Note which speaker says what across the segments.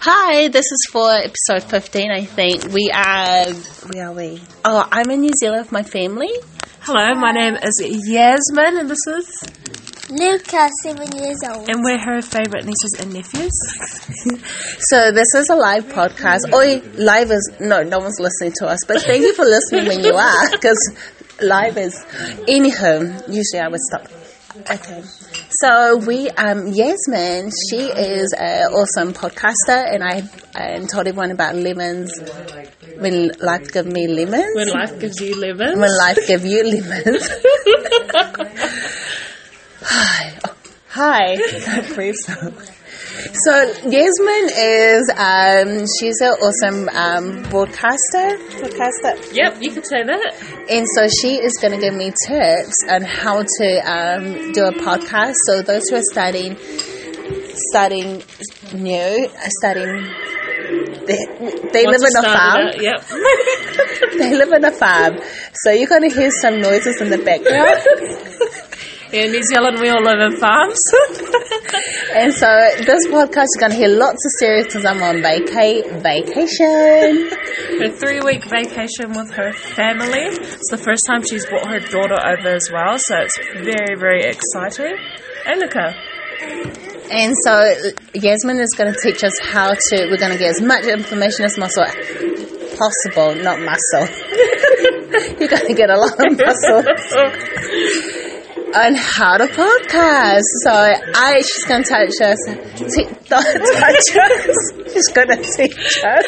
Speaker 1: Hi, this is for episode 15, I think. We are. Where are we? Oh, I'm in New Zealand with my family.
Speaker 2: Hello, my name is Yasmin, and this is,
Speaker 3: Luca, seven years old.
Speaker 2: and we're her favourite nieces and nephews.
Speaker 1: So, this is a live podcast. Oi, live is. No, no one's listening to us, but thank you for listening when you are, because live is. Anywho, usually I would stop. Okay. So, we, um, Yasmin, she is an awesome podcaster, and I and told everyone about lemons when life gave me lemons.
Speaker 2: life gives you lemons.
Speaker 1: when life gave you lemons. Hi. Oh, hi. Can't breathe. So Yasmin is um, she's an awesome um, broadcaster, broadcaster,
Speaker 2: Yep, you could say that.
Speaker 1: and so she is going to give me tips on how to um, do a podcast. So those who are starting, starting new, starting, they, they live in a farm
Speaker 2: Yep.
Speaker 1: they live in a farm, so you're going to hear some noises in the background.
Speaker 2: In New Zealand, we all live in farms.
Speaker 1: and so this podcast, you're going to hear lots of series because I'm on vaca- vacation.
Speaker 2: her three week vacation with her family. It's the first time she's brought her daughter over as well, so it's very, very exciting. And Luca.
Speaker 1: And so Yasmin is going to teach us how to, we're going to get as much information as muscle possible, not muscle. you're going to get a lot of muscle. on how to podcast. So I, she's gonna touch us. T- don't touch us. She's gonna teach us.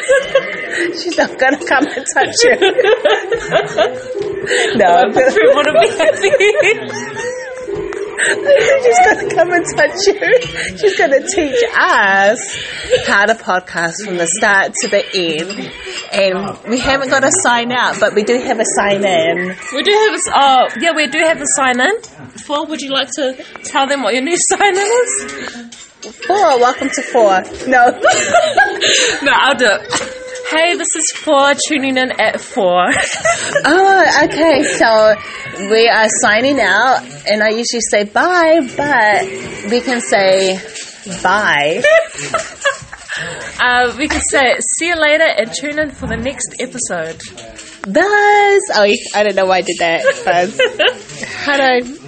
Speaker 1: She's not gonna come and touch you. No, I'm gonna,
Speaker 2: we want to be happy.
Speaker 1: she's gonna come and touch you. She's gonna teach us how to podcast from the start to the end. And we haven't got a sign out, but we do have a sign in.
Speaker 2: we do have a, s- oh, yeah, we do have a sign in. Four, would you like to tell them what your new sign in is?
Speaker 1: Four, welcome to four. No.
Speaker 2: No, I'll do it. Hey, this is for tuning in at four.
Speaker 1: Oh, okay. So we are signing out, and I usually say bye, but we can say bye.
Speaker 2: Uh, we can say see you later and tune in for the next episode.
Speaker 1: Buzz. Oh, you- I don't know why I did that. Buzz. Hello.